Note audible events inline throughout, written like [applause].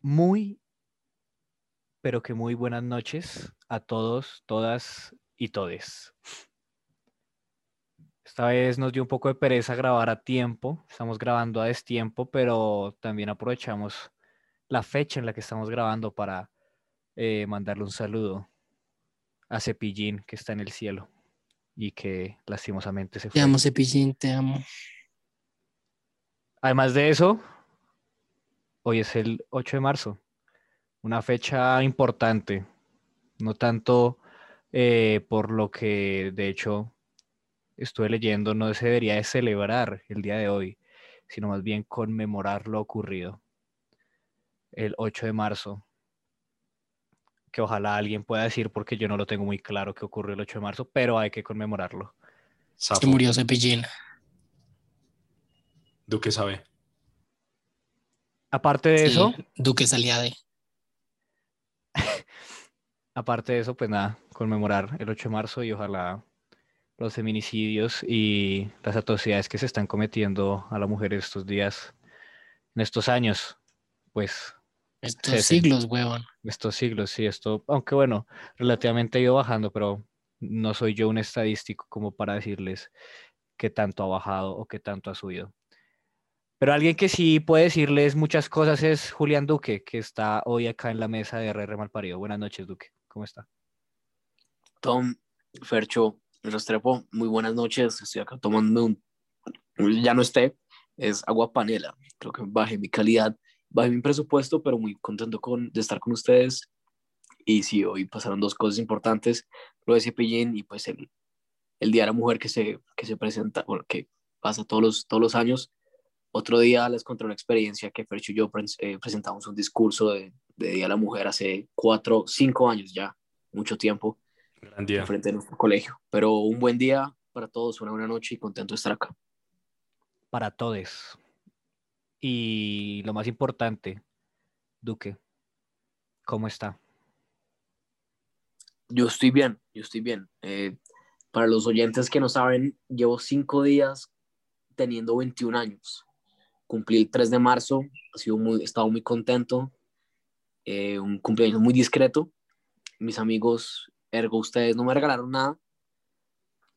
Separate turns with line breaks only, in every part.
Muy, pero que muy buenas noches a todos, todas y todes. Esta vez nos dio un poco de pereza grabar a tiempo, estamos grabando a destiempo, pero también aprovechamos la fecha en la que estamos grabando para eh, mandarle un saludo a Cepillín que está en el cielo y que lastimosamente se fue.
Te amo, Cepillín, te amo.
Además de eso, hoy es el 8 de marzo, una fecha importante, no tanto eh, por lo que de hecho estuve leyendo, no se debería de celebrar el día de hoy, sino más bien conmemorar lo ocurrido el 8 de marzo, que ojalá alguien pueda decir porque yo no lo tengo muy claro que ocurrió el 8 de marzo, pero hay que conmemorarlo.
Este
Se murió Cepillín.
Duque sabe.
Aparte de
Sí,
eso,
Duque salía de.
aparte de eso, pues nada, conmemorar el 8 de marzo y ojalá los feminicidios y las atrocidades que se están cometiendo a la mujer estos días, en estos años, pues
Estos
Sí, sí.
siglos, huevón.
estos siglos, sí, esto, aunque bueno, relativamente ha ido bajando, pero no soy yo un estadístico como para decirles qué tanto ha bajado o qué tanto ha subido. Pero alguien que sí puede decirles muchas cosas es Julián Duque, que está hoy acá en la mesa de RR Malparido. Buenas noches, Duque. ¿Cómo está?
Tom, Fercho, Restrepo, muy buenas noches. Estoy acá tomando un, ya no esté, es agua panela. Creo que bajé mi calidad, bajé mi presupuesto, pero muy contento con, de estar con ustedes. Y sí, hoy pasaron dos cosas importantes, lo de Cepillín y pues el, el Día de la Mujer que se, que se presenta, bueno, que pasa todos los, todos los años. Otro día les conté una experiencia que Fercho y yo pres- eh, presentamos un discurso de, de Día de la Mujer hace cuatro, cinco años ya, mucho tiempo
Gran día.
enfrente de nuestro colegio. Pero un buen día para todos, una buena noche y contento de estar acá.
Para todos. Y lo más importante, Duque, ¿cómo está?
Yo estoy bien, yo estoy bien. Eh, para los oyentes que no saben, llevo cinco días teniendo 21 años. Cumplí el 3 de marzo, ha sido muy, he estado muy contento. Eh, un cumpleaños muy discreto. Mis amigos, ergo ustedes, no me regalaron nada.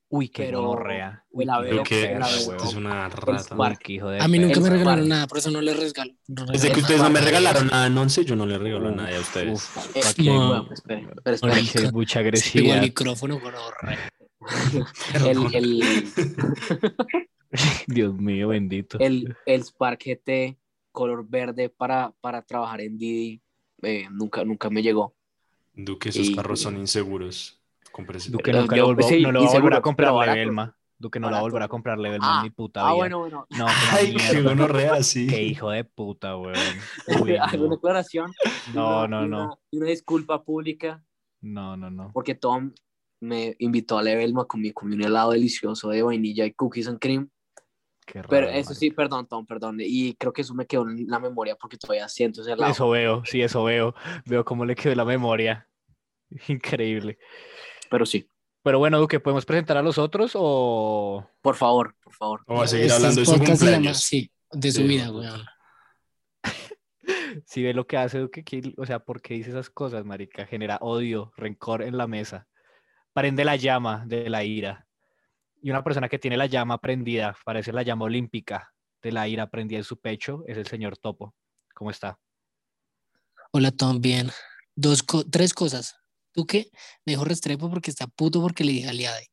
Uy, qué
Pero-
gonorrea. Uy,
Hola,
qué
Velo,
Duque
gonorrea,
hola,
usted
Velo.
huevón.
es una
Pues,
rata.
Uy, qué hijo de
A mí nunca
perra.
me
Pero-
regalaron nada, por eso no les regalo. no
Desde que
regalo.
ustedes no me regalaron nada en once, yo no le regalo
Uf,
nada a ustedes.
uf,
Eh,
aquí hay-
no.
bueno, espere, espere, espere.
Ahora sí hay mucha
Pegó el
agresividad.
micrófono, gonorrea.
[laughs] El- el,
[laughs] Dios mío, bendito.
el, el Spark GT color verde para, para trabajar en Didi eh, nunca, nunca me llegó.
Duque, esos
Y-
carros son inseguros. Cómprese.
Duque
Pero
nunca
yo-
lo volvó-
sí,
no lo
y
va a volver
seguro,
a comprar
pero barato.
Levelma. Duque no la va a
Barato.
volver a comprar Levelma
Ah,
ni puta
ah,
vida.
bueno, bueno. [laughs]
No, qué
Ay, qué
mierda.
gonorrea, sí.
Qué hijo de puta, weón. Uy,
[laughs] Alguna aclaración. y
no,
una-
no,
y
no,
una- y una disculpa pública
no, no, no.
porque Tom me invitó a Levelma con mi comí un helado delicioso de vainilla y cookies and cream.
Qué
Pero
raro,
eso sí, perdón, Tom, perdón. Y creo que eso me quedó en la memoria porque todavía siento ese
marica.
helado.
Eso veo, sí, eso veo. Veo cómo le quedó la memoria. [laughs] Increíble.
Pero sí,
Pero bueno, Duque, ¿podemos presentar a los otros o...?
por favor, por favor.
Vamos a seguir
Este
hablando de su
podcast se llama-
cumpleaños.
Sí, de su
Sí,
vida,
hijo de puta.
weón.
Si ve lo que hace Duque, que- o sea, ¿por qué dice esas cosas, marica? Genera odio, rencor en la mesa. Prende la llama de la ira. Y una persona que tiene la llama prendida, parece la llama olímpica de la ira prendida en su pecho, es el señor Topo. ¿Cómo está?
Hola, Tom, bien. Dos co- tres cosas. Duque me dijo Restrepo porque está puto porque le dije aliade.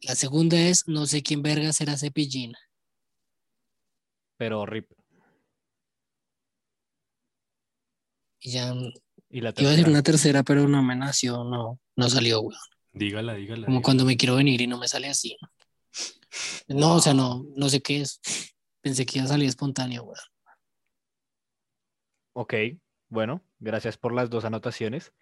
La segunda es, no sé quién verga será Cepillín.
Pero rip.
Y ya iba
Y la
a decir
tercera,
una tercera, pero no me nació, no, no salió, weón.
Dígala, dígala.
Como cuando me quiero venir y no me sale así. No, o sea, no, no sé qué es. Pensé que iba a salir espontáneo, weón.
Ok, bueno, gracias por las dos anotaciones.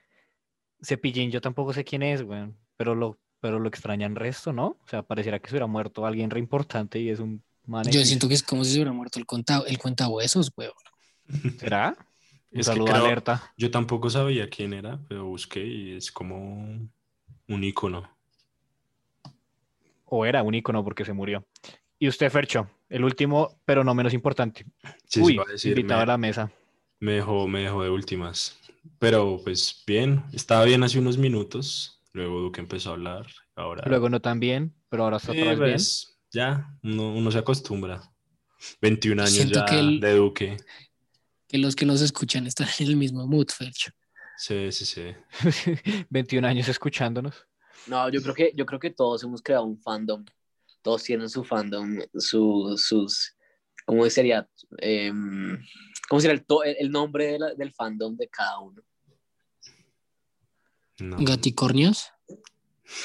Cepillín, yo tampoco sé quién es, weón, pero lo, pero lo extrañan resto, ¿no? O sea, pareciera que se hubiera muerto alguien re importante y es un man
Yo
X.
siento que es como si se hubiera muerto el, contado, el cuentahuesos, weón.
¿Será? Un
Es que
saludo
creo-
alerta.
Yo tampoco sabía quién era, pero busqué y es como un icono.
o era un icono porque se murió. Y usted, Fercho, el último, pero no menos importante.
Sí, se
Uy,
va a decir,
invitado
me-
a la mesa.
Me dejó, me dejó de últimas. Pero pues bien, estaba bien hace unos minutos. Luego Duque empezó a hablar. Ahora.
Luego no tan bien, pero ahora está
Ah. Sí,
otra vez bien.
pues, ya, uno, uno se acostumbra. 21 años
Siento
ya
que el-
de Duque.
Que los que nos escuchan están en el mismo mood, Fercho.
Sí, sí, sí.
21 años escuchándonos.
No, yo creo que, yo creo que todos hemos creado un fandom. Todos tienen su fandom, su- sus, ¿cómo sería? Em, ¿Cómo sería el, to- el- el nombre de la- del fandom de cada uno?
No.
Gaticornios.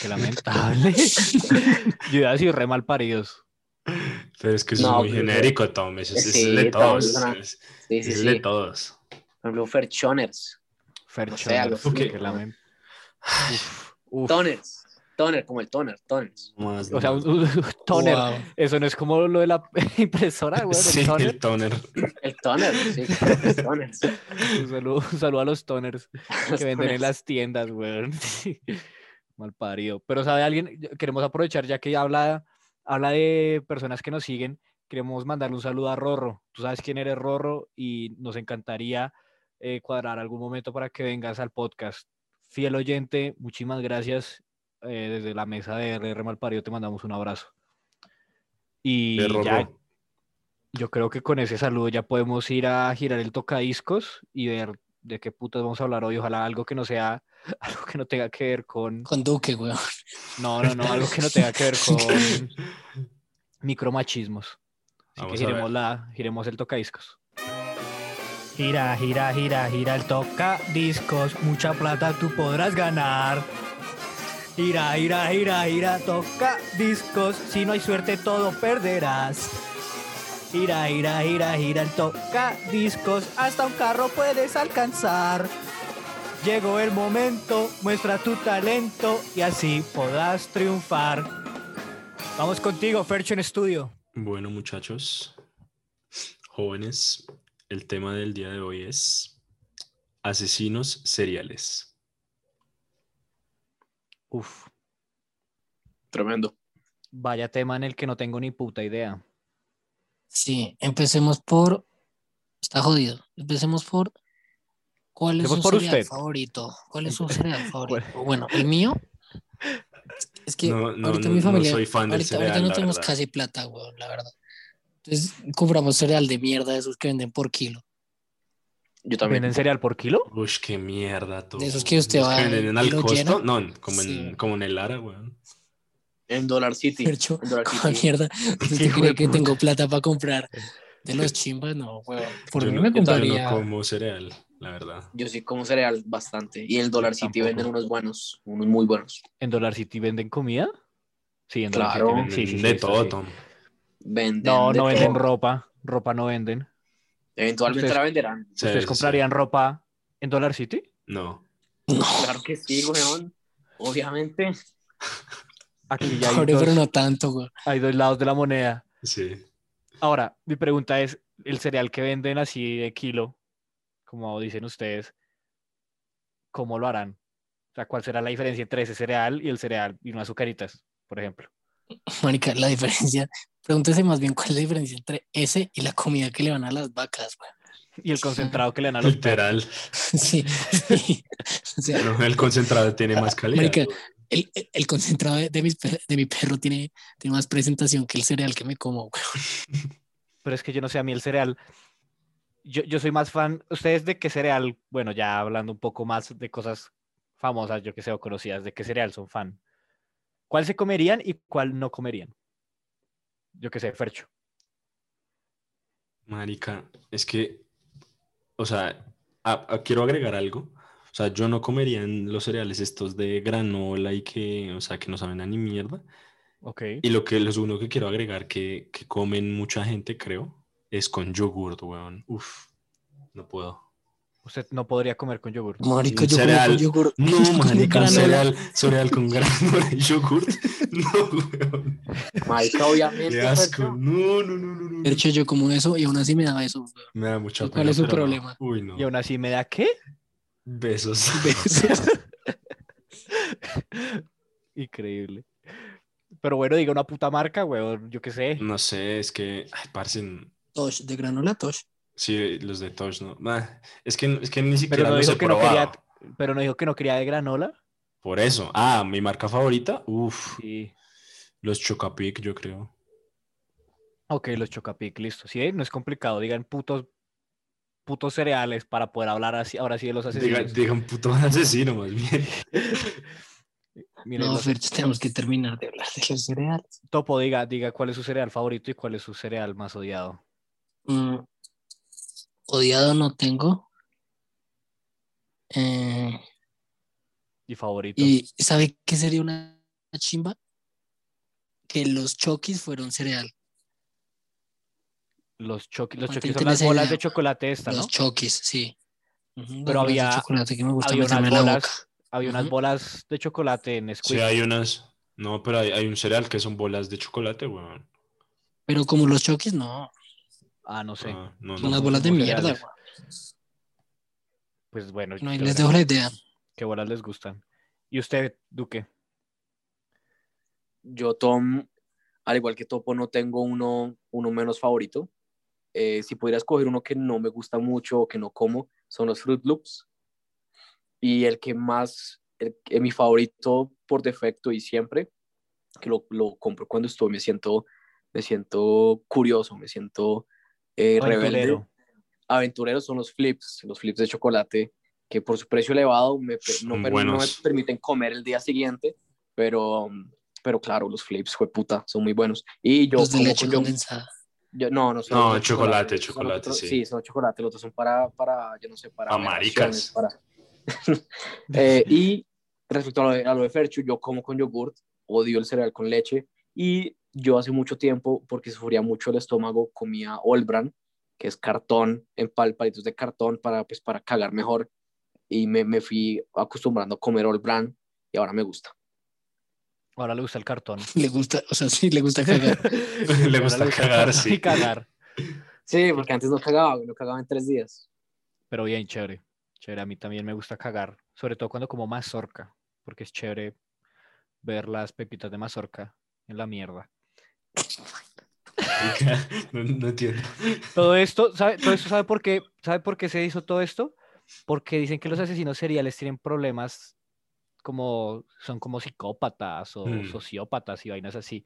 Qué lamentable. [laughs] Yo iba a decir re mal paridos.
Pero es que eso
No,
es muy
pero-
genérico, Tom. Eso, eso
Sí,
es de
Tom,
todos.
es una-
es-
Sí, sí,
es
sí.
de todos.
Por ejemplo, Ferchoners, No sé, algo
Ferchoners.
así,
qué
¿no?
lamen- Uf, uf.
Toners, Toner, como el Toner, Toners.
Más
O sea,
no.
un, un- un toner.
Wow.
Eso no es como lo de la [laughs] impresora, güey.
[laughs] Sí,
el toner.
el toner.
El Toner, sí, el Toners.
Un saludo, un saludo a los toners [laughs] que venden en las tiendas, [laughs] güey. Mal parido. Pero, ¿sabe alguien? Queremos aprovechar, ya que habla, habla de personas que nos siguen, queremos mandarle un saludo a Rorro. Tú sabes quién eres Rorro y nos encantaría eh, cuadrar algún momento para que vengas al podcast. Fiel oyente, muchísimas gracias. eh, desde la mesa de RR Malparido te mandamos un abrazo. Y
de
ya,
robo.
yo creo que con ese saludo ya podemos ir a girar el tocadiscos y ver de qué putas vamos a hablar hoy. Ojalá algo que no sea, [laughs] algo que no tenga que ver con.
Con Duque, weón.
No, no, no, algo que no tenga que ver con micromachismos. Así
Ah, Vamos
que
a ver.
giremos, la, giremos el tocadiscos.
Gira, gira, gira, gira el toca discos, mucha plata tú podrás ganar. Gira, gira, gira, gira, toca discos, si no hay suerte todo perderás. Gira, gira, gira, gira el toca discos, hasta un carro puedes alcanzar. Llegó el momento, muestra tu talento y así podrás triunfar. Vamos contigo, Fercho en estudio.
Bueno, muchachos, jóvenes, el tema del día de hoy es asesinos seriales.
Uf,
Tremendo.
vaya tema en el que no tengo ni puta idea.
Sí, empecemos por. Está jodido. Empecemos por. ¿Cuál es
Empecemos
su
por
cereal
usted.
favorito? ¿Cuál es su
[laughs] Empe-
cereal favorito? Bueno,
[laughs]
el mío. Es que
no, no,
ahorita
no-
mi
no
familia.
soy fan del
ahorita, ahorita
cereal,
no
la
tenemos
verdad.
casi plata, weón, la verdad. Entonces compramos cereal de mierda de esos que venden por kilo.
Yo también.
¿Venden cereal por kilo?
Uy, qué mierda, todo.
De esos que usted va
venden
y
al
lo
costo,
llena.
no, como en,
Sí.
como en el Lara, weón.
En Dollar City.
Fercho,
en
[laughs]
Dollar
¿Cómo
City.
[laughs]
mierda? ¿Usted
hijo de
cree que
puta.
tengo plata para comprar de los chimbas? No, weón. Por
Eh, Yo
mí
no-
me
yo no
compraría. [laughs]
como cereal, la verdad.
Yo sí como cereal bastante. Y en el Dollar City
tampoco.
venden unos buenos, unos muy buenos.
¿En Dollar City venden comida? Sí, en Dollar
Claro.
City venden. Sí, sí,
Venden
sí,
de
eso
todo,
sí.
Tom.
Venden
No,
de
no venden
todo.
ropa. Ropa no venden.
Eventualmente
Ustedes-
[laughs]
la venderán.
Sí,
¿Ustedes
sí,
comprarían ropa en Dollar City?
sí. No.
Claro que sí, weón.
[laughs]
Obviamente.
Aquí ya hay
Pobre, pero
dos,
no tanto, weón.
hay dos lados de la moneda.
Sí.
Ahora, mi pregunta es, el cereal que venden así de kilo, como dicen ustedes, ¿cómo lo harán? O sea, ¿cuál será la diferencia entre ese cereal y el cereal y unas azucaritas, por ejemplo?
Marica, la diferencia. Pregúntese más bien cuál es la diferencia entre ese y la comida que le van a las vacas, weón.
Y el concentrado que le dan
[laughs]
a los perros.
Literal.
[laughs] Sí, sí. [laughs] O sea,
No, el concentrado tiene más calidad.
Marica,
weón.
el, el- el concentrado de, de mis per- de mi perro tiene, tiene más presentación que el cereal que me como, weón.
Pero es que yo no sé, a mí el cereal, yo, yo soy más fan, ¿ustedes de qué cereal? Bueno, ya hablando un poco más de cosas famosas, yo que sé, o conocidas, ¿de qué cereal son fan? ¿Cuál se comerían y cuál no comerían? Yo que sé, Fercho.
Marica, es que, o sea, a- a- quiero agregar algo. O sea, yo no comería en los cereales estos de granola y que, o sea, que no saben a ni mierda.
Ok.
Y lo que, lo segundo que quiero agregar que, que comen mucha gente, creo, es con yogurt, weón. Uf, no puedo.
Usted no podría comer con yogur.
Marica,
Un
[laughs] yo como [laughs]
cereal.
con yogur.
No,
con
marica, un
granola.
cereal, cereal con granola y yogurt. [laughs] No, weón.
Marica,
Este
obviamente. pues,
Qué asco.
Fercho.
No, no, no, no, no.
De hecho, yo como eso y aún así me daba eso, weón.
Me da mucha
¿Y
pena.
cuál es su
pero no.
problema?
Uy, no.
Y aún así me da qué? [laughs]
[laughs]
Besos. [laughs]
Increíble. Pero bueno, diga una puta marca, weón, yo qué sé.
No sé, es que, ay, parce, n-
Tosh, de granola Tosh.
Sí, los de Touch no. Bah, es, que, es que ni siquiera
Pero no,
los
dijo
he
que no
probado.
quería, pero no dijo que no quería de granola.
Por eso. Ah, mi marca favorita. Uf,
Sí.
los Chocapic, yo creo.
Ok, los Chocapic, listo. Sí, no es complicado. Digan putos, putos cereales para poder hablar así, ahora sí de los
Diga,
asesinos.
diga un puto [laughs] asesino, más bien.
Miren,
No,
los-
Fercho, tenemos que terminar de hablar de los cereales.
Topo, diga, diga cuál es su cereal favorito y cuál es su cereal más odiado.
Mm, Odiado no tengo. Eh,
Y favorito.
¿Y sabe qué sería una chimba? Que los choquis fueron cereal.
Los choquis, los
¿Cuál
choquis son
tiene
las bolas
cereal?
de chocolate esta, ¿no?
Los choquis, sí. Ujú,
Pero
las bolas de
había-
chocolate que me gusta
Había unas
meterme en la boca.
bolas, había unas
Ujú.
bolas de chocolate en
Sí,
Squeak.
hay unas. No, pero hay, hay un cereal que son bolas de chocolate, weón.
Pero como los choquis, no.
Ah, no sé.
Ah, no,
Son
no.
las bolas de
como
mierda.
cereales.
güey.
Pues bueno,
No, ahí
ya
les dejo
veremos
la idea.
qué bolas les gustan. ¿Y usted, Duque?
Yo, Tom, al igual que Topo, no tengo uno, uno menos favorito. Eh, si pudiera escoger uno que no me gusta mucho o que no como, son los Fruit Loops. Y el que más, el que- eh, mi favorito por defecto y siempre, que lo, lo compro cuando estoy, me siento, me siento curioso, me siento eh, rebelde.
Aventurero.
Aventureros son los flips, los flips de chocolate, que por su precio elevado me pe- no,
Son
per- no me
buenos.
permiten comer el día siguiente, pero, pero claro, los flips, fue puta, son muy buenos. Y yo,
Los de
como
leche
yo-
condensada.
yo- no, no, son
No,
los de
chocolate,
son
chocolate,
otros-
sí.
sí. son chocolate, los otros son para, para yo no sé, para.
Pa' maricas.
aberraciones, para- [laughs] Eh, y respecto a lo, de, a lo de Ferchu, yo como con yogurt, odio el cereal con leche, y yo hace mucho tiempo, porque sufría mucho el estómago, comía Olbran, que es cartón, en pal- palitos de cartón para, pues, para cagar mejor. Y me, me fui acostumbrando a comer All Bran y ahora me gusta.
[laughs] Ahora le gusta el
[laughs]
cartón.
Le gusta, o sea, sí, le gusta cagar.
Le gusta
Ahora
cagar,
el cartón [laughs]
sí.
Y cagar.
Sí, porque antes no cagaba, güey, no cagaba en tres días.
Pero bien, chévere. Chévere, a mí también me gusta cagar. Sobre todo cuando como mazorca. Porque es chévere ver las pepitas de mazorca en la mierda.
[laughs] No, no entiendo.
Todo esto, ¿sabe, todo esto, ¿sabe por qué? ¿Sabe por qué se hizo todo esto? Porque dicen que los asesinos seriales tienen problemas como son como psicópatas o
Mm.
sociópatas y vainas así.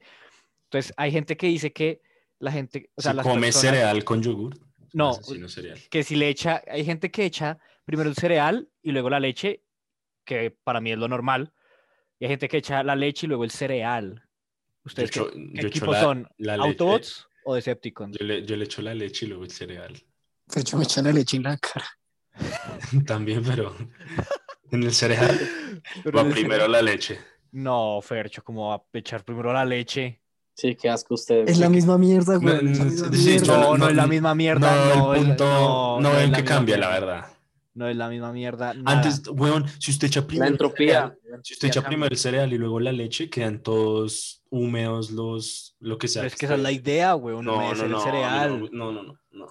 Entonces, hay gente que dice que la gente, o sea,
Si
las
come
personas
cereal con yogur.
No.
Asesino cereal.
que si le echa, hay gente que echa primero el cereal y luego la leche, que para mí es lo normal, y hay gente que echa la leche y luego el cereal. ¿Ustedes qué,
Yo echo-
qué
yo echo
equipo
la-
son?
la leche.
¿Autobots o Decepticons?
Yo le, yo le echo la leche y luego el cereal. [laughs]
Pero yo me echa la leche en la cara.
También,
[laughs]
pero en el cereal
Pero
va
el
primero la leche.
No, Fercho, como va a echar primero la leche?
Sí, qué asco usted.
Es la misma mierda,
güey,
güey.
No, es la misma sí, mierda.
No, no, es la misma mierda. No,
yo no- no- no, el
es la-
punto no,
es
en
la
qué
misma
cambia, la
mierda,
verdad.
No es la misma mierda. nada.
Antes, weón, si usted echa primero
La
el
entropía.
cereal, si usted echa primero el cereal y luego la leche, quedan todos húmedos los, lo que sea.
Pero es que esa es la idea, güey. Uno
No, no,
el
no,
cereal.
no, no, no, no.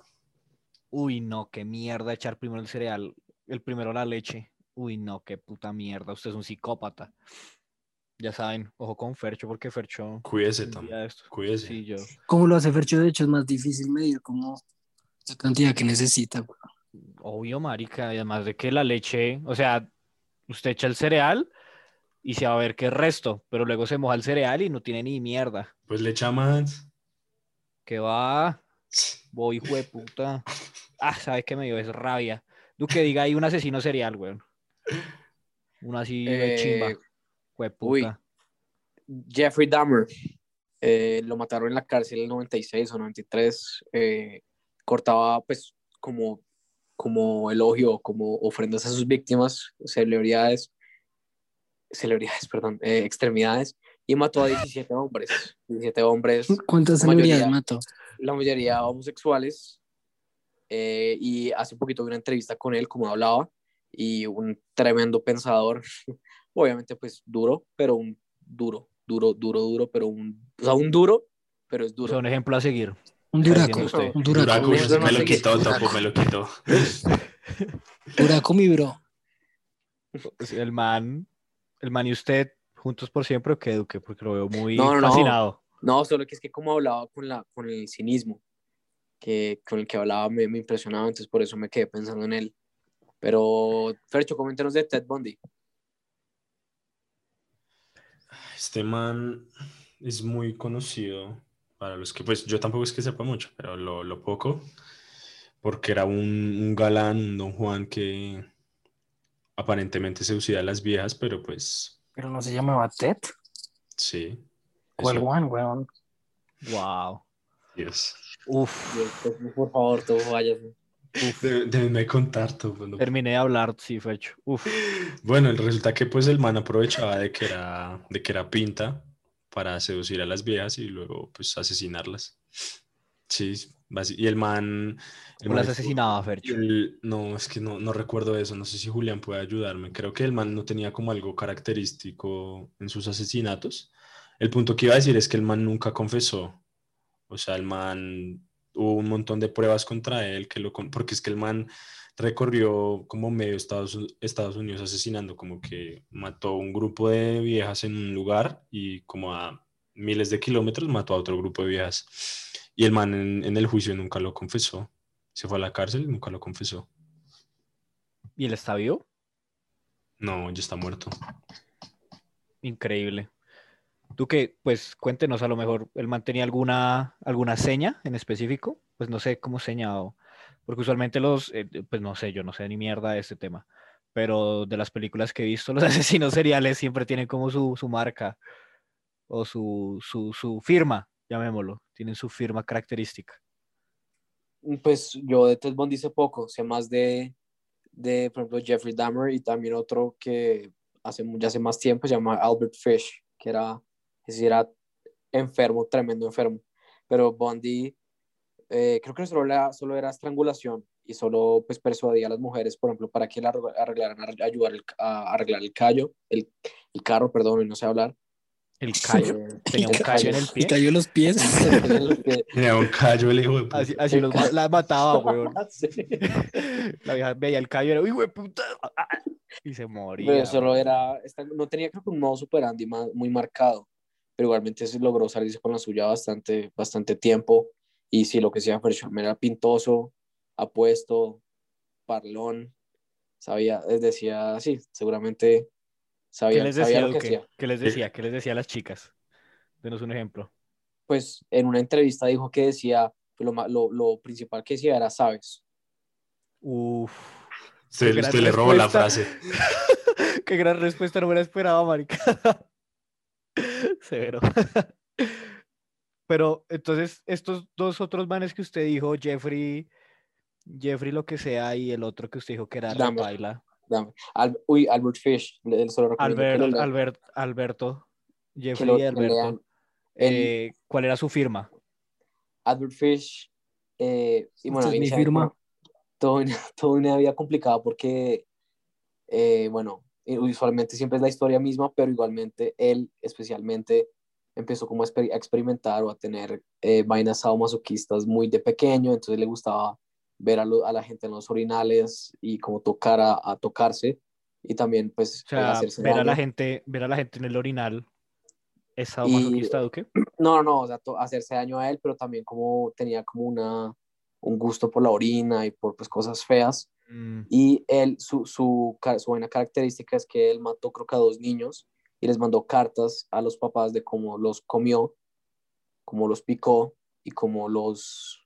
Uy, no, qué mierda echar primero el cereal, el primero la leche. Uy, no, qué puta mierda. Usted es un psicópata. Ya saben, ojo con Fercho, porque Fercho.
Cuídese,
un
Tom.
día de estos-
Cuídese.
Sí, yo.
¿Cómo lo hace Fercho? De hecho, es más difícil medir como la cantidad que necesita, güey.
Obvio, marica. Y además de que la leche, o sea, usted echa el cereal y se va a ver qué resto, pero luego se moja el cereal y no tiene ni mierda.
Pues le echa más.
Que va, voy, hijo de puta. Ah, ¿sabes qué me dio? Es rabia. Duque diga ahí un asesino serial, weón. Uno así de chimba.
Eh,
hijo de
uy.
puta.
Jeffrey Dahmer. eh, lo mataron en la cárcel en el 96 o 93. eh, cortaba, pues, como, como elogio, como ofrendas a sus víctimas, celebridades, celebridades, perdón, eh, extremidades, y mató a 17 hombres. 17 hombres,
¿Cuántas
La mayoría.
celebridades mató?
la mayoría homosexuales. eh, y hace poquito vi una entrevista con él, como hablaba, y un tremendo pensador, [laughs] obviamente pues duro, pero un duro, duro, duro, duro, pero un, o sea, un duro, pero es
O sea,
duro.
un ejemplo a seguir.
Un
Está
duraco.
diciendo usted.
Un duraco.
Duraco, pues,
Duraco,
güey.
no
me
sé
lo
qué-
quitó, Topo, me lo quitó.
Duraco, mi bro.
Pues, El man, el man y usted juntos por siempre o qué, Duque? Porque lo veo muy
No, no, no.
fascinado.
No, solo que es que como hablaba con, la, con el cinismo, que con el que hablaba me, me impresionaba, entonces por eso me quedé pensando en él. Pero, Fercho, coméntanos de Ted Bundy.
Este man es muy conocido para los que, pues yo tampoco es que sepa mucho, pero lo, lo poco, porque era un, un galán, un don Juan que aparentemente seducía a las viejas, pero pues
Pero no se llamaba Ted.
sí.
¿Cuál
eso-
Juan, weón?
Wow.
Dios.
Uf,
pues, Por favor, tú váyase. [laughs]
De- Déjenme contar todo. cuando-
terminé de hablar, sí, Fercho. Uf,
Bueno, resulta que pues el man aprovechaba de que era, de que era pinta para seducir a las viejas y luego pues asesinarlas. Sí, basi- y el man... el
¿cómo las
man-
asesinaba, Fercho?
el- no, es que no, no recuerdo eso, no sé si Julián puede ayudarme. Creo que el man no tenía como algo característico en sus asesinatos. El punto que iba a decir es que el man nunca confesó. O sea, el man hubo un montón de pruebas contra él, que lo, con- porque es que el man recorrió como medio Estados, Estados Unidos asesinando, como que mató un grupo de viejas en un lugar y como a miles de kilómetros mató a otro grupo de viejas. Y el man en- en el juicio nunca lo confesó se fue a la cárcel y nunca lo confesó.
¿Y él está vivo?
No, ya está muerto. [laughs]
Increíble. Tú que, pues cuéntenos, a lo mejor él mantenía alguna, alguna seña en específico, pues no sé cómo seña, o- porque usualmente los, eh, pues no sé, yo no sé ni mierda de este tema, pero de las películas que he visto, [laughs] los asesinos seriales siempre tienen como su, su marca o su, su, su firma, llamémoslo, tienen su firma característica.
Pues yo de Ted Bundy sé poco, sé más de, de, por ejemplo, Jeffrey Dahmer y también otro que hace, mu- ya hace más tiempo se llama Albert Fish, que era, es decir, era enfermo, tremendo enfermo. Pero Bundy, eh, creo que solo era, solo era estrangulación y solo pues persuadía a las mujeres, por ejemplo, para que le arreg- arreglaran, a- ayudar el ca- a arreglar el callo, el, el carro, perdón, y no sé hablar.
El
[laughs]
callo,
Eh,
tenía un
el
callo en el
[laughs]
Y
pie.
cayó los pies.
[laughs]
Mira, un callo el hijo de puta.
Así, así
El
los,
callo.
la mataba,
[laughs]
weón. [laughs]
Sí.
La vieja veía el callo y era, "Uy, hueputa", [laughs] y se moría.
Pero solo era, esta- no tenía creo que un modo superandi ma- muy marcado, pero igualmente se logró salirse con la suya bastante, bastante tiempo. Y sí, lo que sea, Freshman era pintoso, apuesto, parlón, sabía, les decía, sí, seguramente
¿Qué
sabía,
les
sabía
decía,
lo que
Duque?
hacía.
¿Qué les decía? ¿Qué les decía a las chicas? Denos un ejemplo.
Pues en una entrevista dijo que decía, pues, lo, ma- lo, lo principal que decía era, sabes.
Uf.
Usted,
qué gran
usted le robó la
respuesta.
frase.
[laughs] Qué gran respuesta, no me la esperaba, marica. [laughs] Severo. [laughs] Pero entonces, estos dos otros manes que usted dijo, Jeffrey, Jeffrey lo que sea, y el otro que usted dijo que era
Dahmer.
Repaila,
dame. Al- uy, Albert Fish, le- solo recomiendo que
Albert,
lo lean.
Albert, Alberto, Jeffrey
lo-
y
que
Alberto,
lean. El-
eh, ¿cuál era su firma?
Albert Fish. eh, y bueno,
Esta es mi
inicialmente
firma.
Todo, una- [laughs] toda una vida complicada porque, eh, bueno, y usualmente siempre es la historia misma, pero igualmente él especialmente empezó como a exper- a experimentar o a tener eh, vainas sadomasoquistas muy de pequeño, entonces le gustaba ver a, lo- a la gente en los orinales y como tocar a, a tocarse y también pues
O sea,
hacerse
ver a la
daño.
gente, ver a la gente en el orinal, ¿es sadomasoquista, Duque?
No, no, no, o sea, to- hacerse daño a él, pero también como tenía como una, un gusto por la orina y por pues cosas feas.
Mm,
Y él, su, su, ca- su buena característica es que él mató creo que a dos niños y les mandó cartas a los papás de cómo los comió, cómo los picó y cómo los,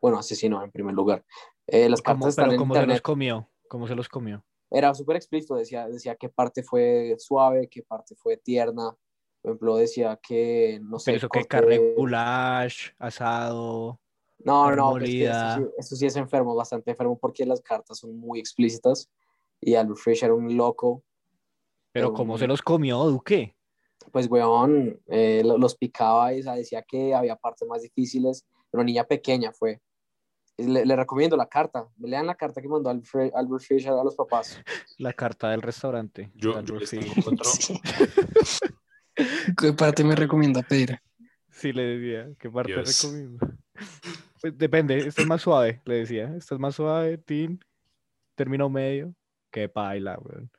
bueno, asesinó en primer lugar. Eh, las
¿cómo-
cartas están
pero
en
¿cómo se los
internet.
comió? ¿Cómo se los comió?
Era súper explícito, decía, decía qué parte fue suave, qué parte fue tierna. Por ejemplo, decía que, no sé,
Pero eso que
corté-
carne goulash, asado.
No,
carne
no, pues que esto,
molida.
sí, esto sí es enfermo, bastante enfermo, porque las cartas son muy explícitas y Albert Fish era un loco.
Pero
Pero
¿cómo
un-
se los comió, Duque?
Pues, weón, eh, lo- los picaba y o sea, decía que había partes más difíciles. Era una niña pequeña, fue. Le, le recomiendo la carta. Lean la carta que mandó Alfre- Albert Fish a los papás.
La carta del restaurante.
Yo,
tal
yo
vez
les
[laughs] sí.
tengo otro.
Sí. ¿Qué parte me recomienda pedir?
Sí, le decía, ¿qué parte
Dios.
recomiendo? [laughs] Pues depende, esta es más suave, le decía. Esta es más suave, tin, término medio. Qué paila, weón.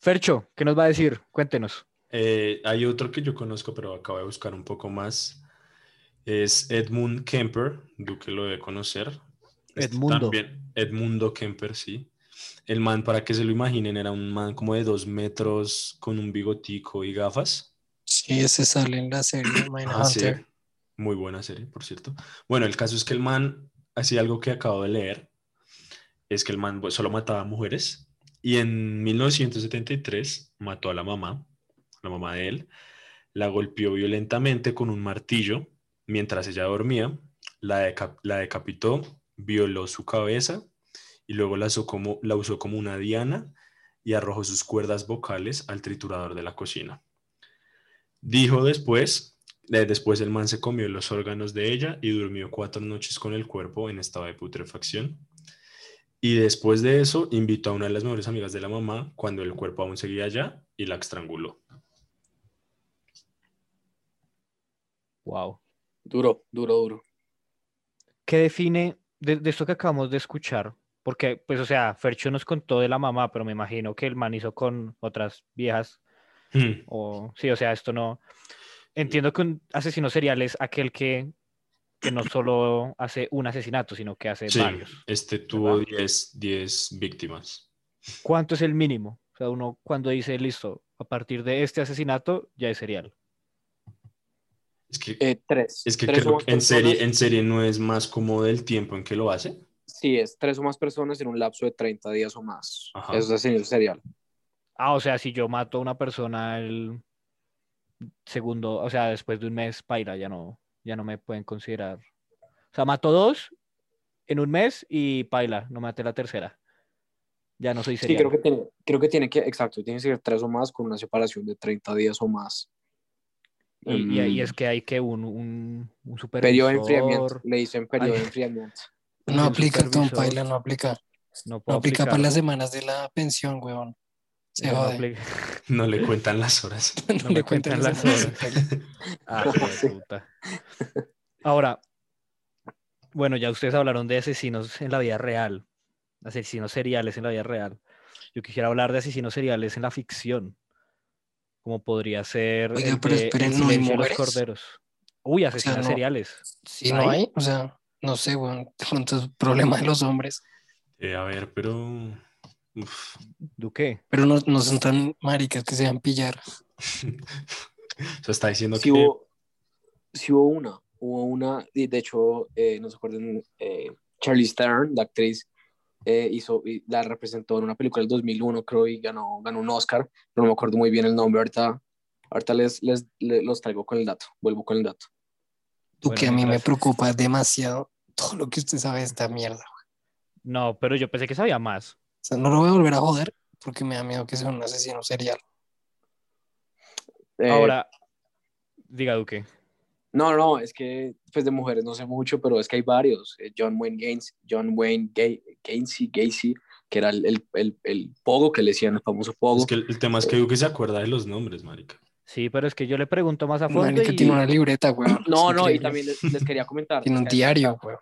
Fercho, ¿qué nos va a decir? Cuéntenos.
Eh, hay otro que yo conozco, pero acabo de buscar un poco más, es Edmund Kemper, Duque lo debe conocer. Este
Edmundo.
también- Edmundo Kemper, sí. El man, para que se lo imaginen, era un man como de dos metros con un bigotico y gafas.
Sí, ese sale en la serie
Ah, sí.
Mindhunter.
Muy buena serie, por cierto. Bueno, el caso es que el man hacía algo que acabo de leer, es que el man pues, solo mataba mujeres y en 1973 mató a la mamá, la mamá de él, la golpeó violentamente con un martillo mientras ella dormía, la, deca- la decapitó, violó su cabeza y luego la usó, como, la usó como una diana y arrojó sus cuerdas vocales al triturador de la cocina. Dijo después, eh, después el man se comió los órganos de ella y durmió cuatro noches con el cuerpo en estado de putrefacción. Y después de eso, invitó a una de las mejores amigas de la mamá cuando el cuerpo aún seguía allá y la estranguló.
Wow.
Duro, duro, duro.
¿Qué define de, de esto que acabamos de escuchar? Porque, pues, o sea, Fercho nos contó de la mamá, pero me imagino que el man hizo con otras viejas.
Hmm.
O sí, o sea, esto no. Entiendo que un asesino serial es aquel que, que no solo hace un asesinato, sino que hace
Sí,
varios.
este tuvo
¿Verdad?
10 10 víctimas.
¿Cuánto es el mínimo? O sea, uno cuando dice, listo, a partir de este asesinato ya es serial.
Es que,
Eh, tres.
es que
Tres o
creo
más
que en serie,
personas.
en serie no es más como del tiempo en que lo hace. [laughs]
Sí, es tres o más personas en un lapso de 30 días o más.
Ajá.
Eso es asesinato serial.
Ah, o sea, si yo mato a una persona el segundo, o sea, después de un mes, paila, ya no, ya no me pueden considerar. O sea, mato dos en un mes y paila, no maté la tercera. Ya no soy
Sí,
serial.
creo que, tiene, creo que tiene que, exacto, tiene que ser tres o más con una separación de 30 días o más.
Y, y ahí es
Mm,
que hay que un, un, un
Periodo de enfriamiento,
supervisor.
le dicen periodo
Ay.
de enfriamiento.
[laughs]
No
El
aplica, Tom
supervisor.
Paila, no aplica.
No
No
puedo
aplica para
aplicarlo.
las semanas de la pensión, huevón. Se
Eso no
jode.
aplica.
No le cuentan las horas.
no me cuentan las
semanas de
horas.
Paila. [laughs]
Ah, hijo de
Sí.
puta. Ahora, bueno, ya ustedes hablaron de asesinos en la vida real, asesinos seriales en la vida real. Yo quisiera hablar de asesinos seriales en la ficción, como podría ser
Oiga,
el
pero
de El
esperen, ¿no hay
silencio de los
mujeres?
corderos. Uy, asesinos
no.
seriales.
Si no
¿Hay?
hay, o sea, no sé, huevón. [laughs] De pronto es problema de los hombres.
Eh, a ver, pero... [laughs] uf.
Duque,
Pero no, no son tan maricas que se van a pillar.
O sea, está diciendo
Si
que...
hubo, sí hubo una, hubo una, y de hecho, eh, no se acuerdan, eh, Charlie Stern, la actriz, eh, hizo, y la representó en una película del 2001, creo, y ganó, ganó un Oscar, no me acuerdo muy bien el nombre, ahorita, ahorita les, les, le- los traigo con el dato, vuelvo con el dato.
Tú
Bueno,
que a mí me
mientras-
preocupa demasiado [laughs] todo lo que usted sabe de esta mierda. O
no, pero yo pensé que sabía más.
sea, no lo voy a volver a joder porque me da miedo que sea un asesino serial.
Eh,
Ahora, diga Duque.
No, no, es que pues de mujeres no sé mucho, pero es que hay varios. Eh, John Wayne Gaines, John Wayne Gay, Gacy, Gacy, que era el, el, el, el pogo que le decían, el famoso pogo.
Es que el, el tema es que
eh,
Duque se acuerda de los nombres, marica.
Sí, pero es que yo le pregunto más a fondo
Marica
y-
tiene una libreta, weón.
[clears throat]
[laughs]
No,
Es
no, y
increíble.
también les, les quería
[laughs]
comentar
Tiene un
eh,
diario, weón.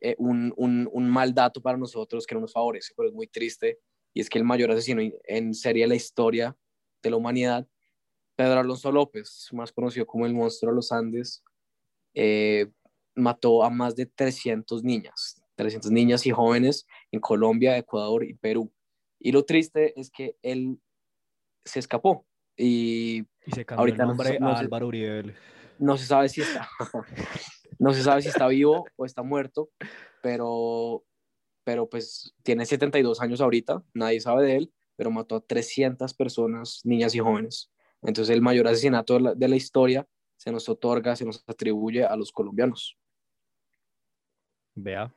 eh, un, un, un mal dato para nosotros que no nos favorece, pero es muy triste, y es que el mayor asesino en- en serie de la historia de la humanidad, Pedro Alonso López, más conocido como el monstruo de los Andes, eh, mató a más de 300 niñas, 300 niñas y jóvenes en Colombia, Ecuador y Perú. Y lo triste es que él se escapó y
y se cambió
ahorita
el
no
nombre
sé- no
a
sé-
Álvaro Uribe Vélez.
no se sabe si está, [laughs] no se sabe si está vivo o está muerto, pero, pero pues tiene 72 años ahorita, nadie sabe de él, pero mató a 300 personas, niñas y jóvenes. Entonces el mayor asesinato de la, de la historia se nos otorga, se nos atribuye a los colombianos.
Vea.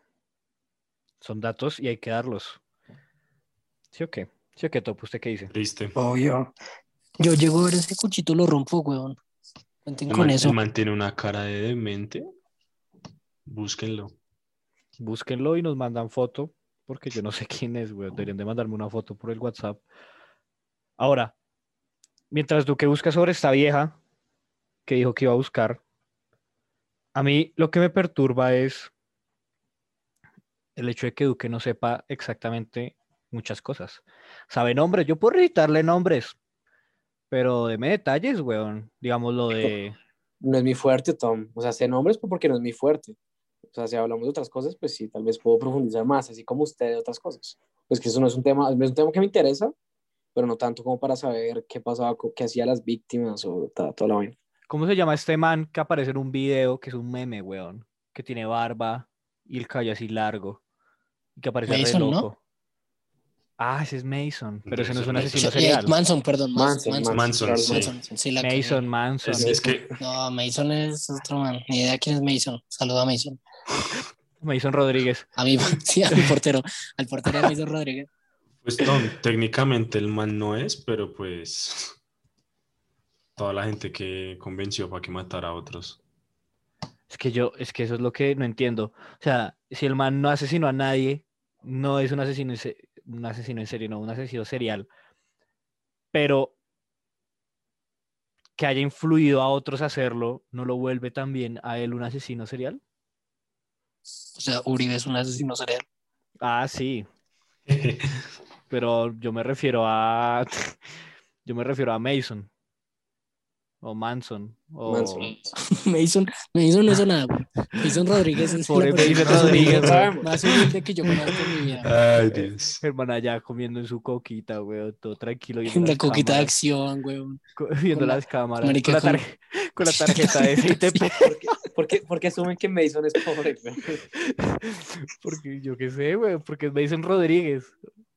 Son datos y hay que darlos. ¿Sí o qué? ¿Sí o qué, Top? ¿Usted qué dice?
Triste.
Obvio. Yo llego a ver ese cuchito, lo rompo, weón. Cuenten
El
con
man-
eso.
el man tiene una cara de demente. Búsquenlo.
Búsquenlo y nos mandan foto, porque yo no sé [laughs] quién es, güey. Deberían de mandarme una foto por el WhatsApp. Ahora, mientras Duque busca sobre esta vieja que dijo que iba a buscar, a mí lo que me perturba es el hecho de que Duque no sepa exactamente muchas cosas. Sabe nombres, yo puedo recitarle nombres, pero deme detalles, weón. Digamos lo de
no es mi fuerte, Tom. O sea, sé nombres pues, porque no es mi fuerte. O sea, si hablamos de otras cosas, pues sí, tal vez puedo profundizar más, así como usted de otras cosas. Pues que eso no es un tema, es un tema que me interesa, pero no tanto como para saber qué pasaba, co- qué hacía las víctimas o ta- toda la vaina.
¿Cómo se llama este man que aparece en un video que es un meme, weón? Que tiene barba y el cabello así largo. Y que aparece re
Mason, ¿no?
loco. Ah, ese es Mason. Pero ese no es un
Mason.
asesino
Eh,
serial.
Manson, perdón. Manson. Manson.
Manson,
Manson,
claro,
sí.
Manson.
Manson, sí, la cagué.
Mason, Manson.
Pues Es, es que
No, Mason es otro man. Ni idea quién es Mason. Saluda a Mason.
Mason Rodríguez.
[laughs] A mí, sí, a mi portero. Al portero de Mason Rodríguez.
Pues Tom, técnicamente el man no es, pero pues toda la gente que convenció para que matara a otros.
Es que yo, es que eso es lo que no entiendo. O sea, si el man no asesinó a nadie, no es un asesino, en se- un asesino en serie, no, un asesino serial. Pero que haya influido a otros a hacerlo, ¿no lo vuelve también a él un asesino serial?
O sea, Uribe es un asesino serial. [laughs]
Ah, sí, pero yo me refiero a, [laughs] yo me refiero a Mason. O Manson. O...
Manson.
Mason, Mason no hizo nada. güey.
[laughs]
Mason Rodríguez es
Pobre
la persona
Mason
más humilde-
Rodríguez, Ah,
güey.
Más humilde que yo
[laughs]
conozco en mi [laughs] vida.
Ay, Dios.
Hermana allá comiendo en su coquita, weón, todo tranquilo. viendo
La
las
coquita de
cámaras.
acción, weón.
co- viendo
Con la-
las cámaras
marica,
con, la
con-
tar- [laughs] con la tarjeta
[laughs]
de SITP
¿Por qué, por qué- por qué asumen que Mason es [laughs] pobre? güey?
[laughs] porque yo qué sé güey porque es Mason Rodríguez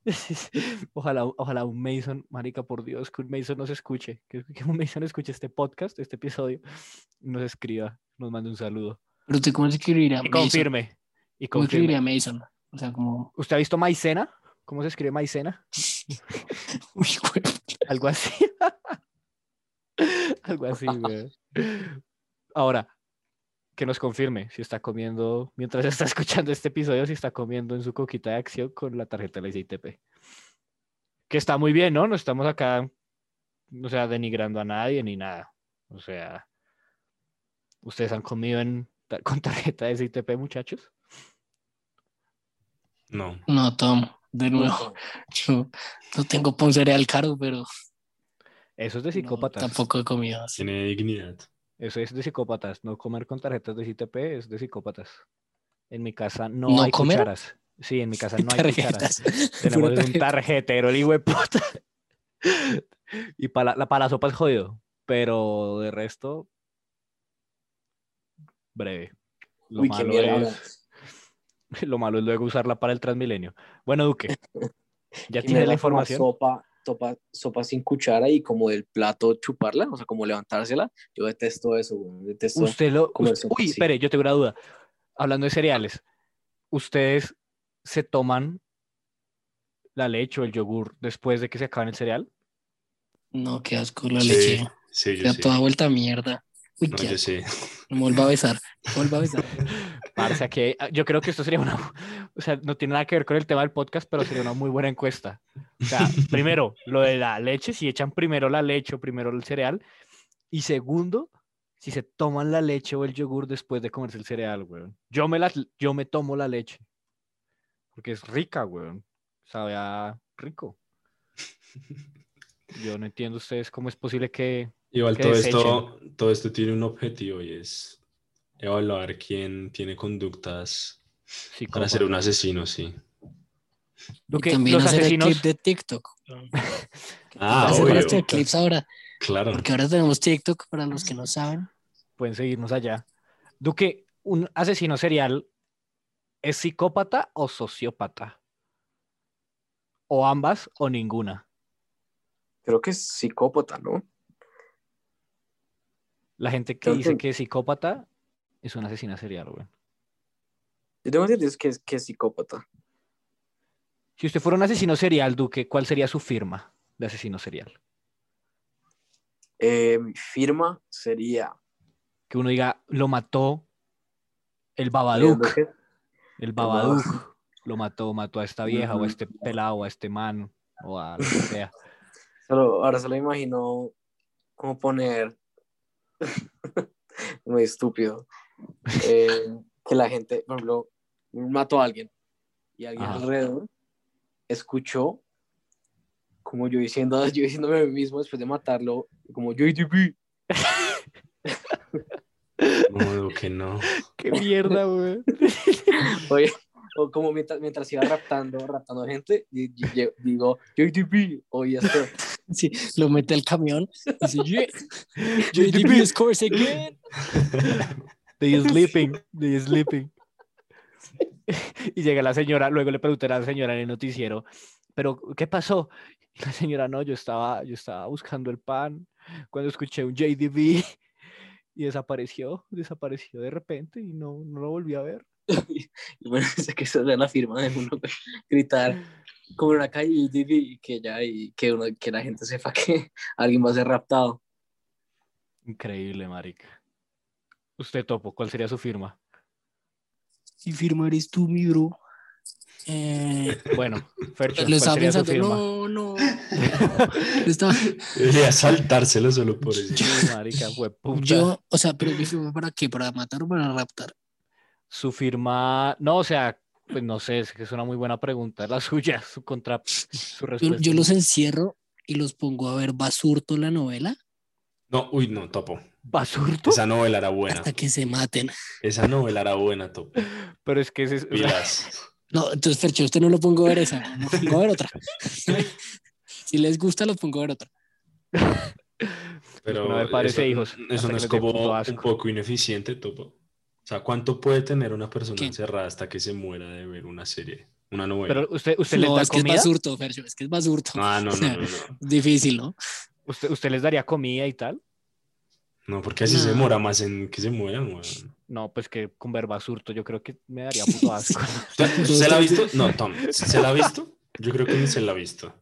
[laughs] ojalá ojalá un Mason marica por Dios que un Mason nos escuche que, que un Mason escuche este podcast este episodio y nos escriba nos mande un saludo
Pero usted, ¿cómo escribiría
y
Mason?
confirme y
¿Cómo
confirme
escribiría Mason? O sea, como. [laughs]
usted ha visto maicena cómo se escribe maicena
Uy, güey.
algo así [laughs] algo
[laughs]
así güey. ahora que nos confirme si está comiendo, mientras está escuchando este episodio, si está comiendo en su coquita de acción con la tarjeta de la ICITP. Que está muy bien, ¿no? No estamos acá, o sea, denigrando a nadie ni nada. O sea, ¿ustedes han comido en, ta- [laughs] con tarjeta de ICITP, muchachos?
No.
No, Tom, de nuevo. [laughs] Yo no tengo pan cereal caro, pero
Eso es de
no,
psicópatas.
tampoco he comido así.
Tiene dignidad.
Eso es de psicópatas. No comer con tarjetas de ICITP es de psicópatas. En mi casa no,
¿No
hay
comer?
cucharas. Sí, en mi casa
[laughs]
no hay cucharas.
Tarjetas.
Tenemos
[laughs] Pura
un
tarjeta.
tarjetero, el hijo de puta. [laughs] Y para la, pa' la sopa es jodido, pero de resto, breve. Lo,
Uy, qué
malo
mierda.
es, [laughs] lo malo es luego usarla para el Transmilenio. Bueno, Duque, ¿ya
Y
tienes la
me da como
información?
Sopa, sopa, sopa sin cuchara y como el plato chuparla, o sea, como levantársela. Yo detesto eso, güey, detesto.
Usted lo.
como
us-
eso,
uy,
sí.
espere, yo tengo una duda. Hablando de cereales, ¿ustedes se toman la leche o el yogur después de que se acaban el cereal?
No, qué asco la
Sí,
leche.
Sí, yo
Queda
sí.
toda vuelta a mierda. Uy,
No,
qué
yo
asco.
sí.
Me vuelvo a besar. Me vuelvo a besar.
[laughs] Parce, aquí hay- ah, yo creo que esto sería una, [laughs] o sea, no tiene nada que ver con el tema del podcast, pero sería una muy buena encuesta. O
[laughs]
sea, primero, lo de la leche, si echan primero la leche o primero el cereal, y segundo, si se toman la leche o el yogur después de comerse el cereal, weón. Yo me, la, yo me tomo la leche, porque es rica, weón. Sabe a
[laughs]
rico. Yo no entiendo ustedes cómo es posible que...
Igual
Que
todo esto, todo esto tiene un objetivo y es evaluar quién tiene conductas
Sí,
para ser un asesino, sí.
Y
Duque,
también
los
hacer el
asesinos...
clip de TikTok.
Ah,
hacer
obvio.
varios clips ahora.
Claro.
Porque ahora tenemos TikTok para los que no saben. [laughs]
pueden seguirnos allá. Duque, ¿un asesino serial es psicópata o sociópata? O ambas o ninguna.
Creo que es psicópata, ¿no?
La gente que
Creo
dice
que-
que es psicópata es un asesino serial, güey.
Yo tengo entendido que es, que es psicópata.
Si usted fuera un asesino serial, Duque, ¿cuál sería su firma de asesino serial?
Eh, mi firma sería.
Que uno diga, lo mató el
Leyendo
Babadook.
que-
El
Babadook.
Babadook lo mató, mató a esta vieja o a
Ujú.
este pelado, o a este man o a lo que sea.
Solo, ahora solo imagino cómo poner. [laughs] Muy estúpido. Eh, que la gente, por ejemplo, mató a alguien y alguien
Ajá.
alrededor escuchó como [laughs] yo diciendo, yo diciéndome a mí mismo después de matarlo, como yo
No, que no.
Qué mierda, güey.
Oye, o como mientras, mientras iba raptando, raptando gente, y- y- y- digo, JTP, oye, esto.
Sí, lo mete al camión. Dice, yeah, JDP
[laughs]
JDP.
scores again.
They sleeping, [laughs] they sleeping. Y llega la señora, luego le pregunté a la señora en el noticiero, pero ¿qué pasó? Y la señora, no, yo estaba, yo estaba buscando el pan cuando escuché un JDB y desapareció, desapareció de repente y no, no lo volví a ver.
Y bueno, [laughs] sé que esa es la firma de uno, güey. gritar como en la calle JTP, y que ya, y que, uno, que la gente sepa que [laughs] alguien va a ser raptado.
Increíble, marica. Usted topo, ¿cuál sería su firma?
Si firma eres tú, mi bro. Eh,
[laughs]
[laughs] Bueno, Fercho,
lo
¿cuál
estaba
sería su firma?
pensando, no, no. Lo estaba-
Debería saltárselo solo por eso.
Sí, marica, hueputa.
Yo, o sea, pero mi firma para qué, para matar o para raptar.
su firma, no, o sea, pues no sé, es que es una muy buena pregunta la [laughs] suya, su contra, su
Yo,
respuesta.
yo los encierro y los pongo a ver Basurto la novela
No, uy, no, topo.
¿Basurto?
Esa novela era buena.
hasta que se maten.
Esa novela era buena, topo.
Pero es que ese es, o [laughs] sea,
Pilas.
No, entonces, Fercho, usted no lo pongo a ver esa, lo pongo a ver otra. si les gusta, lo pongo a ver otra.
Pero
Una vez parece
eso,
hijos, hasta
eso
que
no
les
es
dé puto
como
asco.
un poco ineficiente, topo. O sea, ¿cuánto puede tener una persona
¿Qué?
encerrada hasta que se muera de ver una serie, una novela?
pero usted, usted les
No,
da
es que es
comida,
Basurto, Fercho, es que es Basurto.
Ah, no,
O sea,
no, no,
[laughs]
no.
Difícil, ¿no?
usted, usted les daría comida y tal.
No, porque así se
No.
demora más en que se mueran, weón.
No, pues que con ver basurto yo creo que me
[laughs]
daría puto asco.
¿Usted,
Entonces-
usted la ha visto? No, Tom, ¿se la ha visto? Yo creo que ni se la ha visto.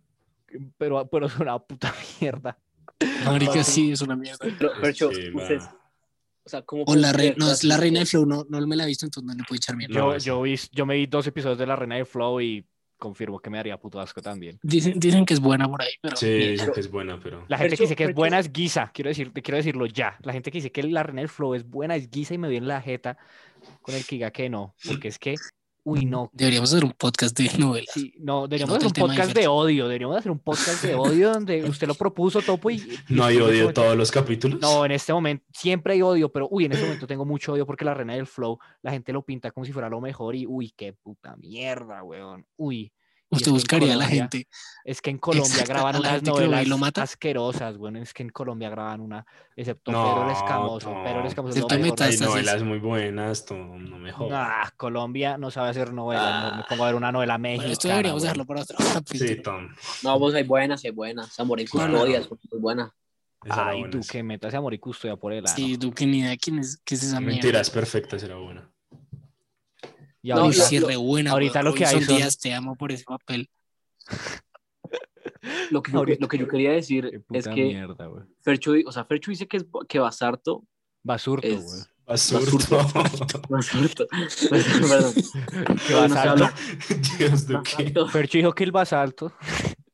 [laughs] pero, pero es una puta [laughs] mierda.
Marica, sí, es una mierda.
Pero,
Es
Fercho,
que, va.
ustedes, o sea, ¿cómo
O la,
pueden
re-
creer
no,
que
es la
así-
reina de Flow, no, no me la he visto, entonces no le puedo echar mierda.
Yo,
esa.
yo, vi, yo me vi dos episodios de La Reina de Flow y confirmo que me daría puto asco también.
Dicen, dicen que es buena por ahí, pero
Sí,
mira,
dicen que es buena, pero...
La gente
Fercho,
que dice que es
Fercho.
buena es guisa, quiero, decir, quiero decirlo ya. La gente que dice que la René del Flow es buena es guisa y me viene la jeta con el que diga que no, porque es que, uy, no.
deberíamos hacer un podcast de novelas.
sí, no, deberíamos
Anota
hacer
el
un
tema ahí,
podcast de
Fercho.
odio, deberíamos hacer un podcast de odio
[laughs]
donde usted lo propuso, Topo, y... y
¿No hay
en este
odio en
momento-
todos los capítulos?
No, en este momento siempre hay odio, pero uy, en este momento tengo mucho odio porque la reina del flow, la gente lo pinta como si fuera lo mejor y uy, qué puta mierda, weón. Uy, Y es que
Usted
en
buscaría a la
Colombia-
gente.
es que en Colombia
Exacto,
graban
a la
unas
gente que lo ve y
novelas
lo mata.
asquerosas, weón. Es que en Colombia graban una, excepto
No,
Pedro el Escamoso.
no.
Pedro el Escamoso es lo
Excepto
mejor.
Metas.
Hay
Metástasis.
novelas muy buenas, Tom, no me jodas.
Ah, Colombia no sabe hacer novelas.
Ah.
no me pongo a ver una novela
Bueno,
mexicana.
esto deberíamos
weón.
dejarlo para otro
Sí,
capítulo.
Tom,
No, vos hay buenas, hay buenas. Amor en
Claro.
custodia es muy buena.
esa era
Ay,
buena,
tú
sí.
que metas a morir custodia por él.
Sí, Duque, ni idea quién es, qué es esa mierda.
Mentiras perfectas era buena.
Y
No,
Uy,
ahorita-
sí,
lo-
re buena.
ahorita
weón.
lo que hay
Robinson
son-
Díaz, te amo por ese papel.
Lo que yo,
Ahorita.
lo que yo quería
Qué
decir
puta
es que
mierda, weón.
Fercho, di- o sea, Fercho dice que, es, que Basarto, [laughs]
Basurto,
Es-
weón.
Basurto.
Basarto,
[laughs]
perdón,
Que
no, no se
basalto.
habla.
[laughs] Dios, Duque.
Basalto,
Fercho dijo que el basalto.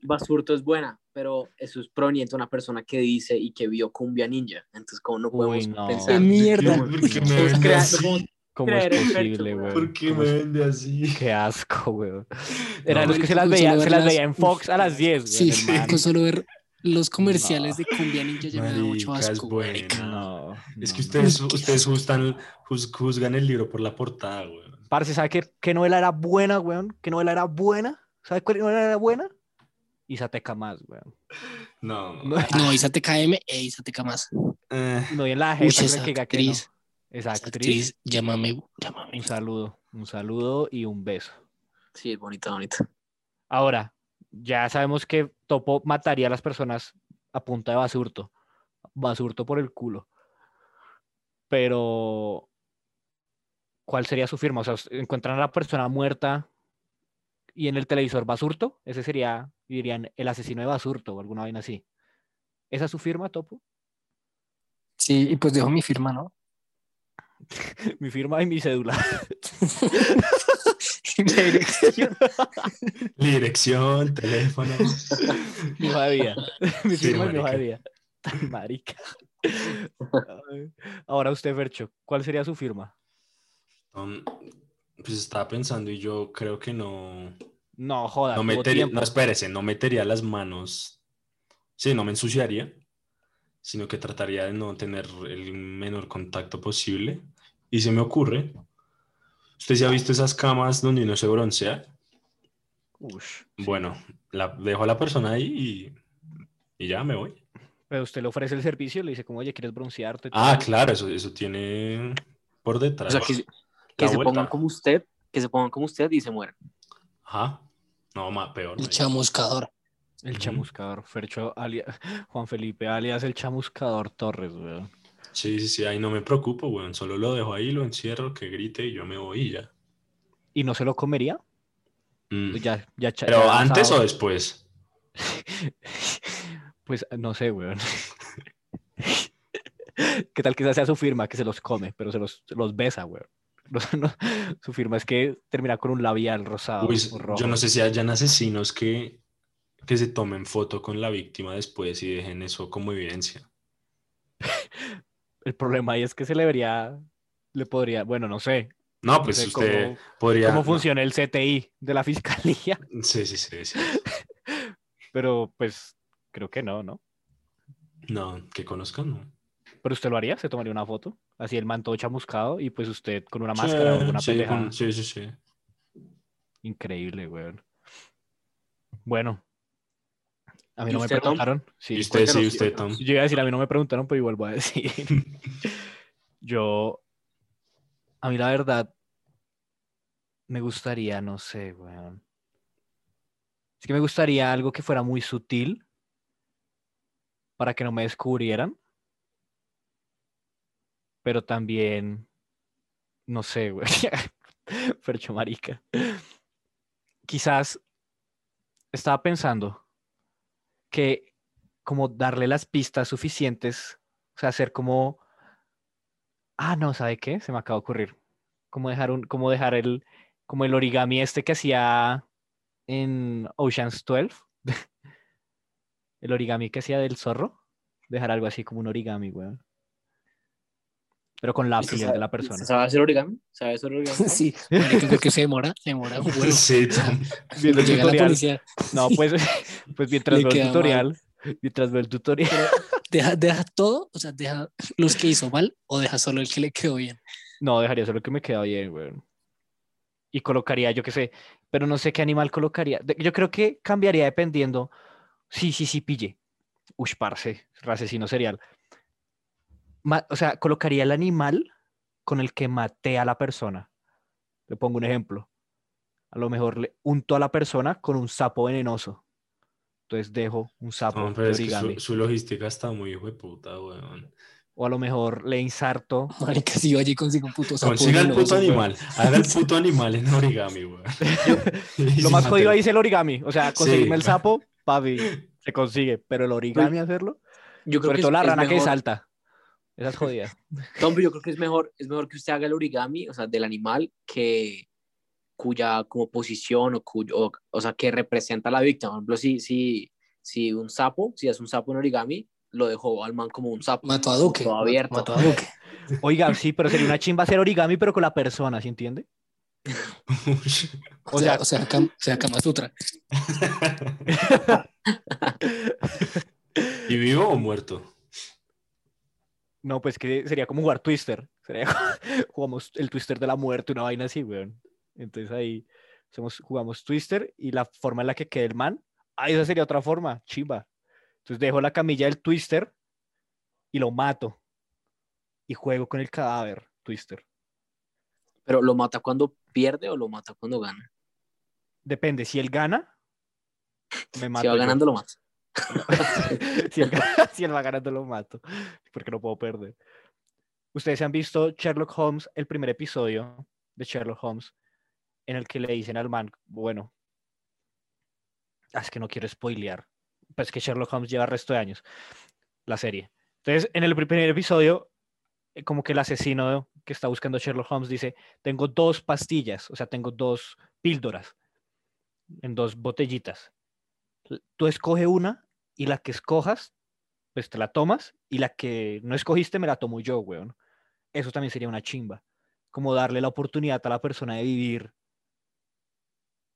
Basurto es buena, pero eso es proveniente de una persona que dice y que vio Cumbia Ninja. Entonces, como no
Uy,
podemos
no.
pensar.
Qué mierda.
¿Por qué me
Podemos
vende
crear-
así?
podemos-
¿Cómo
Creer
es
en Fercho,
posible,
weón.
weón?
¿Por qué
¿Cómo
me
es-
vende así?
Qué asco, weón. Eran
No,
los que se las
con solo
veía, se las
verlas-
veía en Fox a las 10,
Sí, [laughs]
weón. el man.
con solo ver los comerciales de Cumbia Ninja ya me da mucho
Marica, es
asco.
buena.
marica.
No,
Es
no,
que
no.
ustedes, ustedes juzgan, juz- juzgan el libro por la portada, güey.
Parce, ¿sabe qué, qué novela era buena, weón? ¿Qué novela era buena? ¿Sabe cuál novela era buena? Isateca más, weón.
No.
No,
No, ah. Isa TKM e Isa TK más.
Eh,
[laughs] no y en la
Uy,
jeta
esa
que diga que no.
actriz.
Esa
Esa
actriz.
actriz, llámame, llámame.
Un saludo, un saludo y un beso.
Sí, es bonita, bonita.
Ahora, ya sabemos que Topo mataría a las personas a punta de basurto. Basurto por el culo. Pero, ¿cuál sería su firma? O sea, ¿us- encuentran a la persona muerta y en el televisor basurto. Ese sería, y dirían, el asesino de basurto o alguna vaina así. ¿Esa es su firma, Topo? [laughs]
Sí, y pues dejo mi firma, ¿no? [laughs]
Mi firma y mi cédula. [laughs]
La dirección.
[laughs]
dirección, teléfono.
Mi hoja de vida. [laughs] Mi
Sí,
firma y mi hoja de
marica.
vida. [laughs] Tan marica. Ay. Ahora usted, Fercho, ¿cuál sería su firma?
Um, pues estaba pensando y yo creo que no.
No, joda,
No,
tuvo
metería,
tiempo.
no, espérese, no metería las manos. Sí, no me ensuciaría. sino que trataría de no tener el menor contacto posible. Y se me ocurre, ¿usted se ha visto esas camas donde uno se broncea?
Ush.
Bueno, la, dejo a la persona ahí y, y ya me voy.
Pero usted le ofrece el servicio, le dice como, oye, ¿quieres broncearte?
Ah, claro, eso, eso tiene por
O
detrás.
sea, que, que
La
se
vuelta.
pongan como usted, que se pongan como usted y se mueran.
Ajá. No, más peor.
El
marica.
chamuscador.
El
Ujú.
chamuscador, Fercho alia- [laughs] Juan Felipe alias el chamuscador Torres, weón.
Sí, sí, sí, ahí no me preocupo, weón. Solo lo dejo ahí, lo encierro, que grite y yo me voy y ya.
¿Y no se lo comería?
Pues
Mm.
Ya, ya cha-
Pero
ya
antes
[laughs]
o
asado.
después.
Pues no sé, weón. [laughs] ¿Qué tal que esa sea su firma, que se los come, pero se los, los besa, weón? [laughs] No sé, no- su firma es que termina con un labial rosado
Uy,
o Ah, rojo.
yo no sé si hayan asesinos que, que se tomen foto con la víctima después y dejen eso como evidencia.
El problema ahí es que se le vería, le podría, bueno, no sé,
No,
no
pues
sé
usted
cómo,
podría.
cómo
no.
funciona el CTI de la [laughs] fiscalía,
Sí, sí, sí, sí.
pero pues creo que no, ¿no?
No, que conozcan, no.
Pero usted lo haría, se tomaría una foto, así el man todo chamuscado y pues usted con una
Sí,
máscara o una
sí,
pendejada.
con- sí, sí, sí.
Increíble, weón. Bueno, a mí
¿Y
no me
usted, Tom?
preguntaron. Sí,
y usted, sí,
cuéntanos,
usted,
cuéntanos.
Tom. [laughs]
Yo iba a decir, a mí no me preguntaron, pero igual voy a decir. [laughs] Yo, a mí la verdad, me gustaría, no sé, weón. Es que me gustaría algo que fuera muy sutil para que no me descubrieran. Pero también, no sé, [laughs] weón. Fercho marica. Quizás estaba pensando que como darle las pistas suficientes, o sea, hacer como, ah, no, ¿sabe qué? Se me acaba de ocurrir. Como dejar un, como dejar el, como el origami este que hacía en Ocean's 12, [laughs] el origami que hacía del zorro, dejar algo así como un origami, weón. Pero con la
¿Usted
opinión
sabe-
de la persona.
¿usted ¿Sabe hacer origami? ¿Sabe hacer [laughs] origami?
Sí, marica, porque se demora, se demora un huevo.
[laughs]
Sí, Tom.
Viendo el
Llega la
tutorial.
policía,
No, pues,
[laughs]
pues mientras
Le
veo el
queda mal.
tutorial, mientras veo el tutorial.
deja, deja todo, o sea, deja los que hizo mal o deja solo el que le quedó bien.
No, dejaría solo que me queda bien, weón. Y colocaría, yo qué sé, pero no sé qué animal colocaría. De- Yo creo que cambiaría dependiendo. Sí, sí, sí, pille. Ush, parce, asesino serial. Ma- o sea, colocaría el animal con el que maté a la persona. Le pongo un ejemplo. A lo mejor le unto a la persona con un sapo venenoso. Entonces dejo un sapo
No,
de
pero es que
origami.
su, su logística está muy hijo de puta, weón.
O a lo mejor le insarto
Marica, si yo allí consigo un puto sapo
Consiga el
venenoso,
puto
huevón.
animal. Haga el
[laughs]
puto animal en origami, weón. [laughs]
Lo más jodido ahí es el origami. O sea,
Sí.
conseguirme el sapo,
[laughs]
papi, se consigue. Pero el origami hacerlo.
Yo creo
Sobre
que
todo
es-
la
es
rana que
mejor-
salta. Esa es jodida.
[laughs] Tom, pero yo creo que es mejor, es mejor que usted haga el origami, o sea, del animal que cuya como posición o cuyo, o, o sea, que representa a la víctima. Por ejemplo, si, si, si un sapo, si es un sapo en origami, lo dejó al man como un sapo.
Mató a Duque.
Todo abierto.
Mató a Duque.
Oiga, sí, pero sería una chimba hacer origami, pero con la persona, ¿sí entiende?
[laughs] O sea, o sea, Kama- o sea, Kama Sutra.
[laughs] ¿Y vivo o muerto?
No, pues que sería como jugar Twister. Sería [laughs] como- jugamos el Twister de la muerte, una vaina así, weón. Entonces ahí hacemos- jugamos Twister y la forma en la que quede el man, ah, esa sería otra forma, chimba. Entonces dejo la camilla del Twister y lo mato. Y juego con el cadáver, Twister.
Pero lo mata cuando pierde o lo mata cuando gana.
Depende, si él gana, me mato.
si va
yo.
ganando, lo mata.
[laughs] si, él gana- si él va ganando, lo mato. Porque no puedo perder. Ustedes han visto Sherlock Holmes, el primer episodio de Sherlock Holmes, en el que le dicen al man, bueno, ah, es que no quiero spoilear. Pues que Sherlock Holmes lleva resto de años la serie. Entonces, en el primer episodio, eh, como que el asesino que está buscando Sherlock Holmes dice, tengo dos pastillas, o sea, tengo dos píldoras en dos botellitas. L- Tú escoge una y la que escojas, pues te la tomas y la que no escogiste me la tomo yo, weón. Eso también sería una chimba. Como darle la oportunidad a la persona de vivir,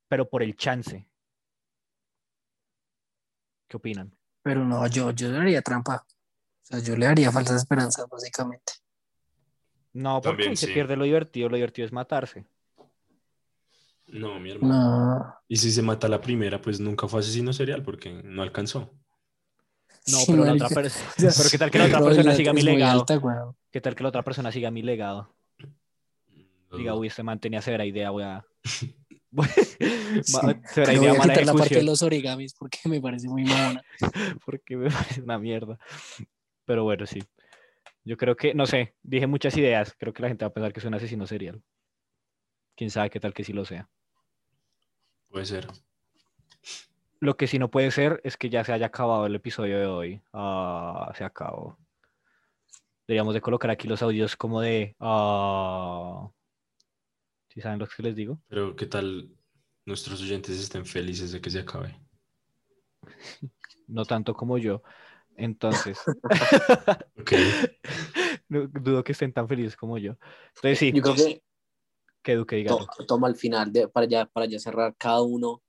pero por el chance. ¿Qué opinan?
Pero no, yo, yo le haría trampa. O sea, yo le haría falsas esperanzas, básicamente.
No, porque
También
ahí se
sí.
pierde lo divertido, lo divertido es matarse.
No, mi hermano.
No.
Y si se mata la primera, pues nunca fue asesino serial porque no alcanzó.
No,
Sí,
pero la otra
marica.
persona,
O sea,
[laughs] pero qué tal que la otra
Robin
persona
Latt
siga mi
es muy
legado.
alta, weón.
¿Qué tal que la otra persona siga mi legado? Diga, uy, este man tenía severa idea, voy [laughs] a. Ma- severa
Le voy
idea, mala
a quitar la parte de
ejecución.
los origamis porque me parece muy mamona.
[laughs] Porque me parece una mierda. Pero bueno, sí. Yo creo que, no sé, dije muchas ideas. Creo que la gente va a pensar que soy un asesino serial. Quién sabe qué tal que sí lo sea.
Puede ser.
Lo que sí no puede ser es que ya se haya acabado el episodio de hoy. Ah, se acabó. Deberíamos de colocar aquí los audios como de... ah, ¿Sí saben los que les digo?
Pero ¿qué tal nuestros oyentes estén felices de que se acabe?
No tanto como yo. Entonces,
[laughs]
[laughs]
Ok.
no- dudo que estén tan felices como yo. Entonces sí,
Yo creo que
que Duque diga.
to- toma al final, de, para, ya, para ya cerrar, cada uno,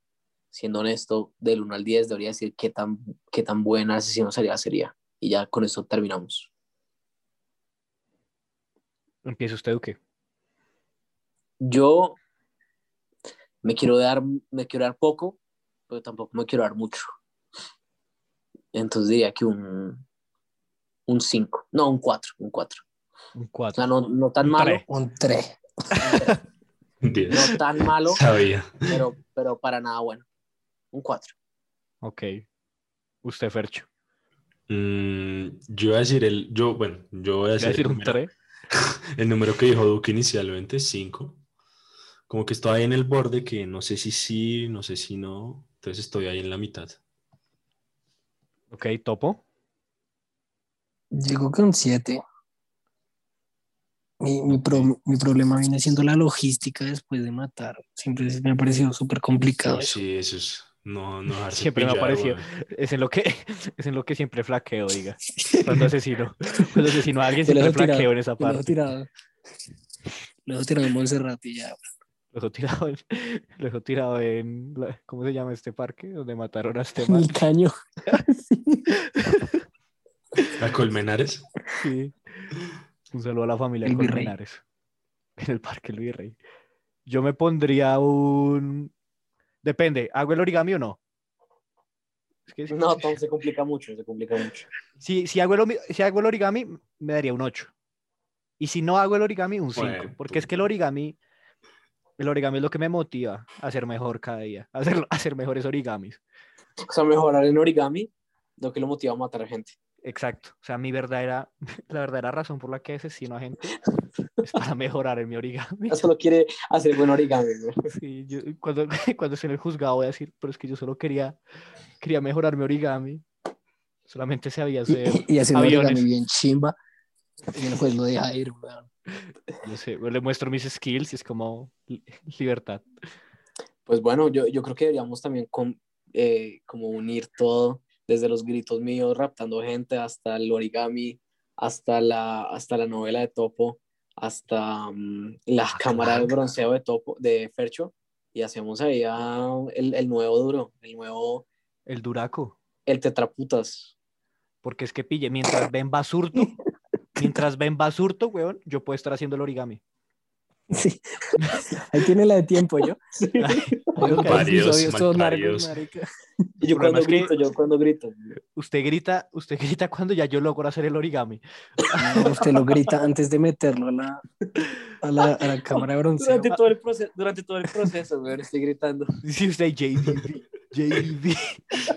siendo honesto, del 1 al 10, debería decir qué tan, qué tan buena asesino sería, sería. Y ya con eso terminamos.
Empieza usted, Duque.
Yo me quiero dar, me quiero dar poco, pero tampoco me quiero dar mucho. Entonces diría que un un 5, no, un 4, un 4.
Un
O
4.
sea, no, no tan
Un
malo,
tres.
Un 3.
no
10.
tan malo,
Sabía.
pero, pero para nada bueno. Un 4.
Ok. Usted, Fercho.
Mm, yo voy a decir el. Yo, bueno, yo voy a
Voy a
decir,
decir
el,
un
número,
3.
el número que dijo Duque inicialmente, 5. Como que estoy ahí en el borde que no sé si sí, no sé si no. Entonces estoy ahí en la mitad.
Ok, topo.
Llegó con 7. Mi, mi, pro- mi problema viene siendo la logística después de matar. Siempre me ha parecido súper complicado. [laughs]
Uy, sí, eso es.
[laughs]
No, no dejarse
Siempre me ha
pillar,
parecido.
weón.
Es en lo que, [laughs] es en lo que siempre flaqueo, diga. Cuando asesino. Cuando asesino a alguien
[laughs] Yo lo
siempre
dejo
flaqueo
tirado,
en esa
Lo dejo
parte.
tirado. Lo dejo tirado en Montserrat y ya.
Lo dejó tirado en, [laughs] lo dejó tirado en la- ¿cómo se llama este parque? Donde mataron a este
En [laughs]
man.
el caño.
¿A Colmenares?
Sí. Un saludo a la familia de
El virrey.
Colmenares. En el parque El Virrey. Yo me pondría un. Depende, ¿hago el origami o no? Es que si-
No, Tom, se complica mucho, se complica mucho.
Si, si hago el, omi- si hago el origami, me daría un 8. Y si no hago el origami, un 5.
Bueno,
porque es
puta.
que el origami, el origami es lo que me motiva a hacer mejor cada día, a hacer, a hacer mejores origamis.
O sea, mejorar en origami, lo que lo motiva a matar a gente.
Exacto. O sea, mi verdadera, [laughs] la verdadera razón por la que asesino a gente es para mejorar en mi
[laughs]
origami. [laughs]
Eso lo quiere hacer buen origami. ¿no?
Sí, yo- cuando, [laughs] cuando esté en el juzgado voy a decir, pero es que yo solo quería, quería mejorar mi origami. Solamente sabía hacer,
Y, y hacer un
aviones.
origami bien chimba. Y el juez lo deja ir, weón.
no sé, le muestro mis skills y es como li- libertad.
Pues bueno, yo, yo creo que deberíamos también con, eh, como unir todo, desde los gritos míos raptando gente hasta el origami, hasta la, hasta la novela de Topo, hasta mm, la cámara de bronceo de Topo, de Fercho, y hacemos ahí ah, el, el nuevo duro, el nuevo,
El duraco.
el tetraputas.
Porque es que pille, mientras ven basurto, mientras ven basurto, weón, yo puedo estar haciendo el origami.
[laughs] Sí. Ahí tiene la de tiempo yo.
Oiga,
Malparidos,
episodios todos
malparidos.
largos, marica.
Y yo
problema
cuando
es que-
grito, yo cuando grito.
Usted grita, usted [laughs] grita cuando ya yo logro hacer el origami.
No, usted lo grita antes de meterlo a la, a la, a la cámara de bronceo.
Durante todo el proceso, durante todo el proceso, weón, estoy gritando.
Dice usted JDB, JDB.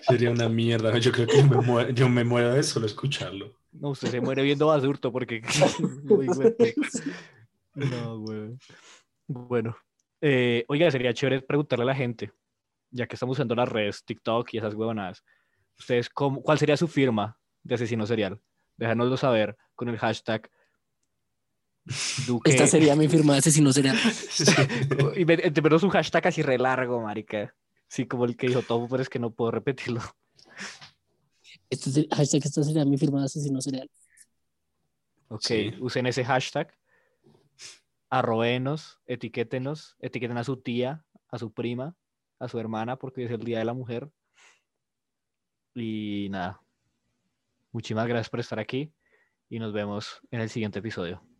Sería una mierda. Yo creo que me muero, yo me muero de
[laughs]
solo escucharlo.
No, usted se muere viendo basurto porque. [laughs] Uy, güey. no, güey. Bueno, eh, oiga, sería chévere preguntarle a la gente, ya que estamos usando las redes, TikTok y esas huevonadas. ¿Ustedes cómo, cuál sería su firma de asesino serial? Déjanoslo saber con el hashtag Duque.
Esta sería mi firma de asesino serial.
Sí.
[laughs] Y me- te menos un hashtag así re largo, marica. Sí, como el que dijo Topo, pero es que no puedo repetirlo.
Este ser- hashtag, esta sería mi firma de asesino serial.
Ok,
Sí.
usen ese hashtag. Arrobenos, etiquétenos, etiqueten a su tía, a su prima, a su hermana, porque hoy es el Día de la Mujer. Y nada, Muchísimas gracias por estar aquí y nos vemos en el siguiente episodio.